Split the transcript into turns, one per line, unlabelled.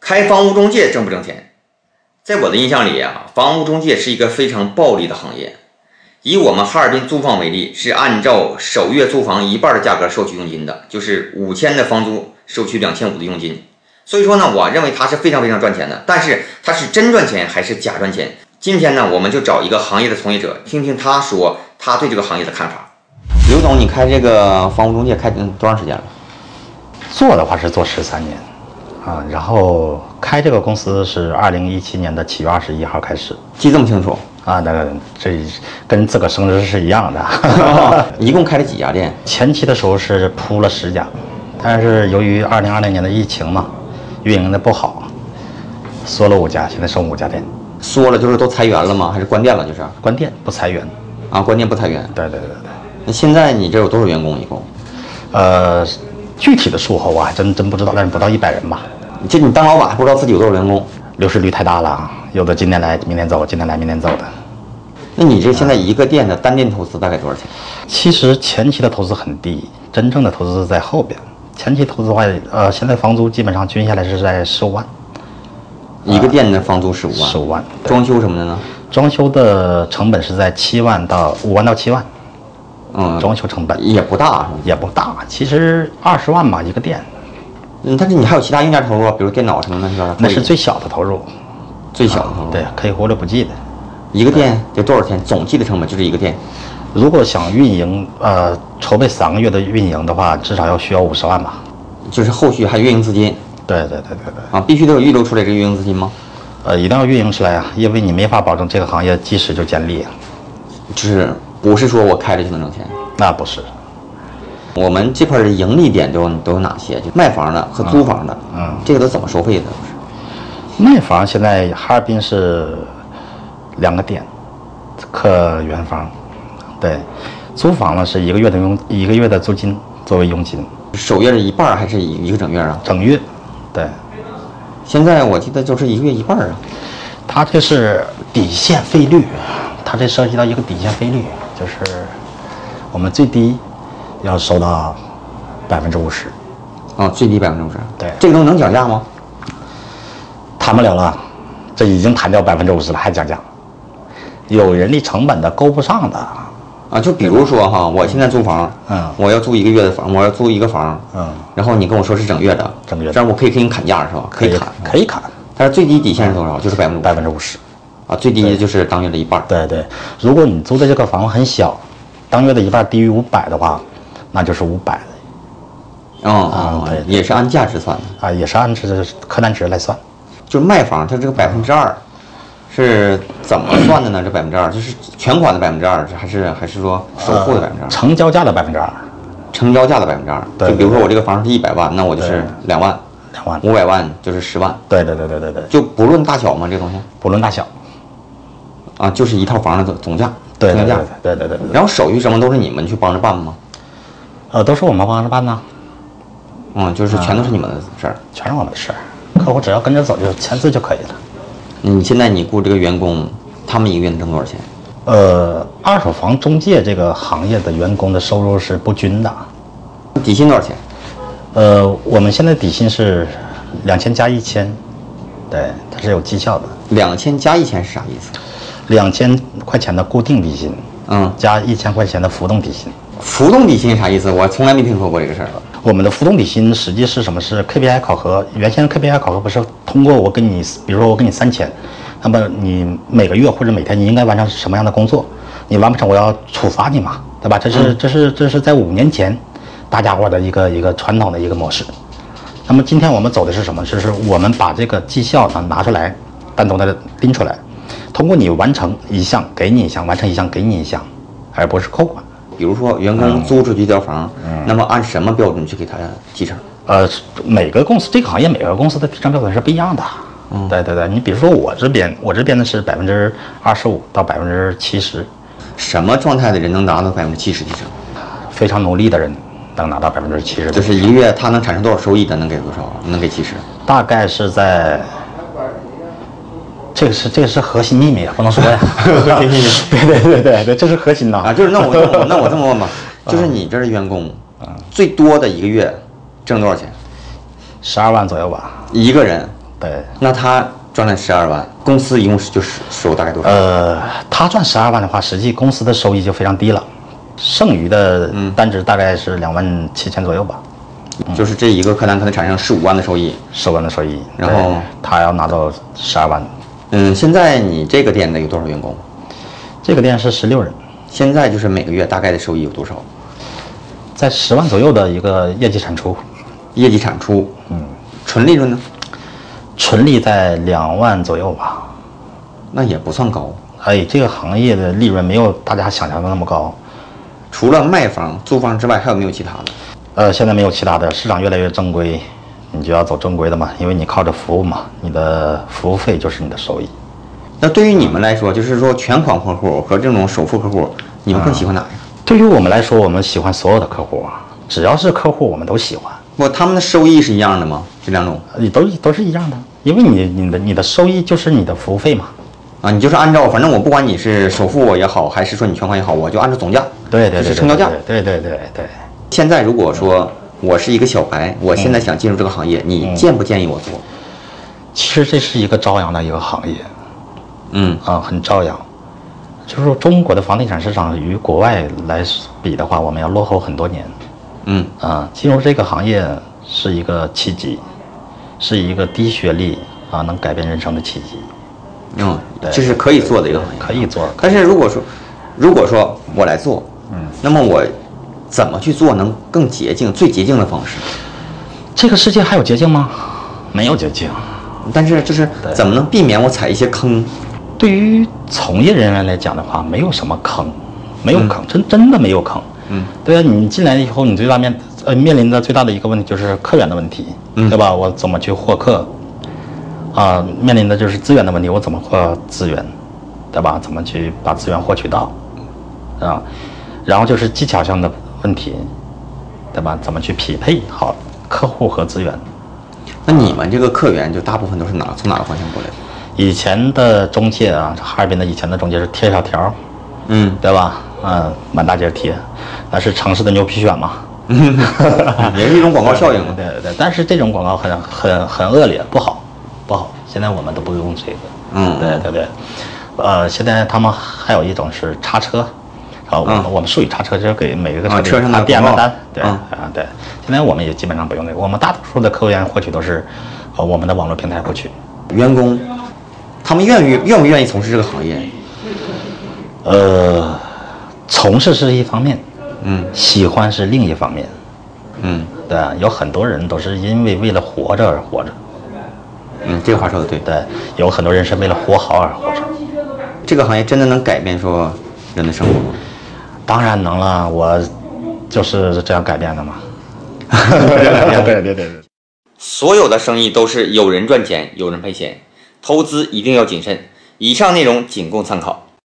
开房屋中介挣不挣钱？在我的印象里啊，房屋中介是一个非常暴利的行业。以我们哈尔滨租房为例，是按照首月租房一半的价格收取佣金的，就是五千的房租收取两千五的佣金。所以说呢，我认为它是非常非常赚钱的。但是它是真赚钱还是假赚钱？今天呢，我们就找一个行业的从业者，听听他说他对这个行业的看法。刘总，你开这个房屋中介开嗯多长时间了？
做的话是做十三年，啊，然后开这个公司是二零一七年的七月二十一号开始，
记这么清 楚？
啊，那个这跟自个生日是一样的。
一共开了几家店？
前期的时候是铺了十家，但是由于二零二零年的疫情嘛，运营的不好，缩了五家，现在剩五家店，
说了就是都裁员了吗？还是关店了？就是
关店不裁员。
啊，关店不裁员。
对对对对，
那现在你这有多少员工？一共？
呃，具体的数后我还真真不知道，但是不到一百人吧。
这你当老板还不知道自己有多少员工？
流失率太大了啊，有的今天来明天走，今天来明天走的。
那你这现在一个店的单店投资大概多少钱？
其实前期的投资很低，真正的投资是在后边。前期投资的话，呃，现在房租基本上均下来是在十五万，
一个店的房租十五万，
十五万。对
装修什么的呢？
装修的成本是在七万到五万到七万，
嗯，
装修成本
也不大，
也不大，其实二十万吧一个店，
嗯，但是你还有其他硬件投入，比如电脑什么的，是吧？
那是最小的投入，啊
最小的投入。
对，可以忽略不计的。
一个店得多少钱？总计的成本就是一个店，
如果想运营，呃，筹备三个月的运营的话，至少要需要五十万吧。
就是后续还有运营资金
对对对对对，
啊，必须得有预留出来这个运营资金吗？
呃，一定要运营出来啊，因为你没法保证这个行业即时就建立啊，
就是不是说我开着就能挣钱。
那不是。
我们这块儿的盈利点都有都有哪些？就卖房的和租房的，
嗯
这个都怎么收费的？
卖房现在哈尔滨是两个点，客源房，对，租房呢是一个月的佣一个月的租金作为佣金，
首月的一半儿还是一一个整月啊？
整月，对，
现在我记得就是一个月一半儿啊。
它这是底线费率，它这涉及到一个底线费率，就是我们最低要收到百分之五十，
啊，最低百分之五十。
对
这个东西能讲价吗？
谈不了了，这已经谈掉百分之五十了，还讲价，有人力成本的够不上的，
啊，就比如说哈，我现在租房，
嗯
我要租一个月的房，我要租一个房，
嗯，
然后你跟我说是整月的，
整月的
这样我可以给你砍价是吧？可以砍，
可以砍
但是最低底线是多少？就是百分之
百分之五十。
啊，最低的就是当月的一半儿。
对对，如果你租的这个房很小，当月的一半低于五百的话，那就是五百
嗯
啊对
也是按价值算的，
啊，也是按这客单值来算。
就是卖房它这个百分之二。是怎么算的呢？这百分之二就是全款的百分之二，还是还是说首付的百分之
呃
二，
成交价的百分之二，
成交价的百分之二？
对
就比如说我这个房是一百万，那我就是
对
两万，
两万。
五百万就是十万，
对对对对对对，
就不论大小嘛，这东西
不论大小。
啊，就是一套房的总总价，
对对
总
对
价。
对对对对，
然后手续什么都是你们去帮着办吗？
呃，都是我们帮着办呢，
嗯，就是全都是你们的事儿。
全是我们的事儿。客户只要跟着走就签字就可以了。
你现在你雇这个员工，他们一个月能挣多少钱？
呃，二手房中介这个行业的员工的收入是不均的。
底薪多少钱？
呃，我们现在底薪是两千加一千，对，它是有绩效的。
两千加一千是啥意思？
两千块钱的固定底薪，
嗯，
加一千块钱的浮动底薪。
浮动底薪啥意思？我从来没听说过这个事儿。
我们的浮动底薪实际是什么？是 KPI 考核。原先 KPI 考核不是通过我给你，比如说我给你三千，那么你每个月或者每天你应该完成什么样的工作？你完不成，我要处罚你嘛，对吧？这是这是这是在五年前大家伙的一个一个传统的一个模式。那么今天我们走的是什么？就是我们把这个绩效呢拿出来，单独的拎出来，通过你完成一项给你一项，完成一项给你一项，而不是扣款。
比如说员工租出去一套房，那么按什么标准去给他提成？
呃，每个公司这个行业每个公司的提成标准是不一样的。嗯，对对对，你比如说我这边，我这边呢是百分之二十五到百分之七十，
什么状态的人能拿到百分之七十提成？
非常努力的人能拿到百分之七十，
就是一个月他能产生多少收益的，能给多少？能给七十？
大概是在。这个是这个是核心秘密啊，不能说呀。
核心秘密
对对对对对，这是核心呐、
啊，就是那我那我那我这么问吧，就是你这儿的员工，最多的一个月挣多少钱？
十二万左右吧。
一个人
对，
那他赚了十二万，公司一共是就是收大概多少？
呃，他赚十二万的话，实际公司的收益就非常低了，剩余的
嗯
单值大概是两万七千左右吧，
就是这一个客单可能产生十五万的收益。
十万的收益，
然后
对他要拿走十二万。
嗯，现在你这个店的有多少员工？
这个店是十六人，
现在就是每个月大概的收益有多少？
在十万左右的一个业绩产出，
业绩产出，嗯，纯利润呢？
纯利在两万左右吧。
那也不算高。
哎，这个行业的利润没有大家想象的那么高。
除了卖房、租房之外，还有没有其他的？
呃，现在没有其他的，市场越来越正规，你就要走正规的嘛，因为你靠着服务嘛，你的服务费就是你的收益。
那对于你们来说，就是说全款客户和这种首付客户，你们更喜欢哪一个？
对于我们来说，我们喜欢所有的客户啊，只要是客户，我们都喜欢，
不，他们的收益是一样的吗？这两种
呃都都是一样的，因为你你的你的收益就是你的服务费嘛。
啊，你就是按照，反正我不管你是首付我也好，还是说你全款也好，我就按照总价，
对对
就是
对，
成交价。
对对对对对。
现在如果说我是一个小白，我现在想进入这个行业，你建不建议我做？
其实这是一个朝阳的一个行业
嗯，
啊，很朝阳。就是说，中国的房地产市场与国外来比的话，我们要落后很多年。
嗯，
啊，进入这个行业是一个契机，是一个低学历啊能改变人生的契机，
嗯，
对
这是可以做的一个行业。
可以做。
但是如果说，如果说我来做，嗯，那么我怎么去做能更捷径、最捷径的方式？
这个世界还有捷径吗？没有捷径。
但是就是怎么能避免我踩一些坑？
对于从业人员来讲的话，没有什么坑，没有坑，真真的没有坑。
嗯，
对啊，你进来以后，你最大面呃面临的最大的一个问题就是客源的问题，
嗯
对吧？我怎么去获客？啊、面临的就是资源的问题，我怎么获资源，对吧？怎么去把资源获取到？啊，然后就是技巧上的问题，对吧？怎么去匹配好客户和资源？
那你们这个客源就大部分都是哪从哪个方向过来的？
以前的中介啊，哈尔滨的以前的中介是贴小条儿，
嗯，
对吧？嗯，满大街贴，那是城市的牛皮癣嘛。
也是一种广告效应嘛。
对对对，但是这种广告很很很恶劣，不好，不好。现在我们都不用这个。
嗯
对对对。呃，现在他们还有一种是叉车，啊，我们、
嗯
我们术语叉车就是给每一个
啊车上的
插电
广告
饭单，对、
嗯
啊对。现在我们也基本上不用这个，我们大多数的客户源获取都是，呃，我们的网络平台获取。
员工，他们愿意愿不愿意从事这个行业？
呃，从事是一方面，
嗯
喜欢是另一方面。
嗯
对，啊有很多人都是因为为了活着而活着，
嗯，这个话说的对。
对，有很多人是为了活好而活着。
这个行业真的能改变说人的生活吗？
当然能了，我就是这样改变的嘛。 对对对对。
所有的生意都是有人赚钱，有人赔钱，投资一定要谨慎。以上内容仅供参考。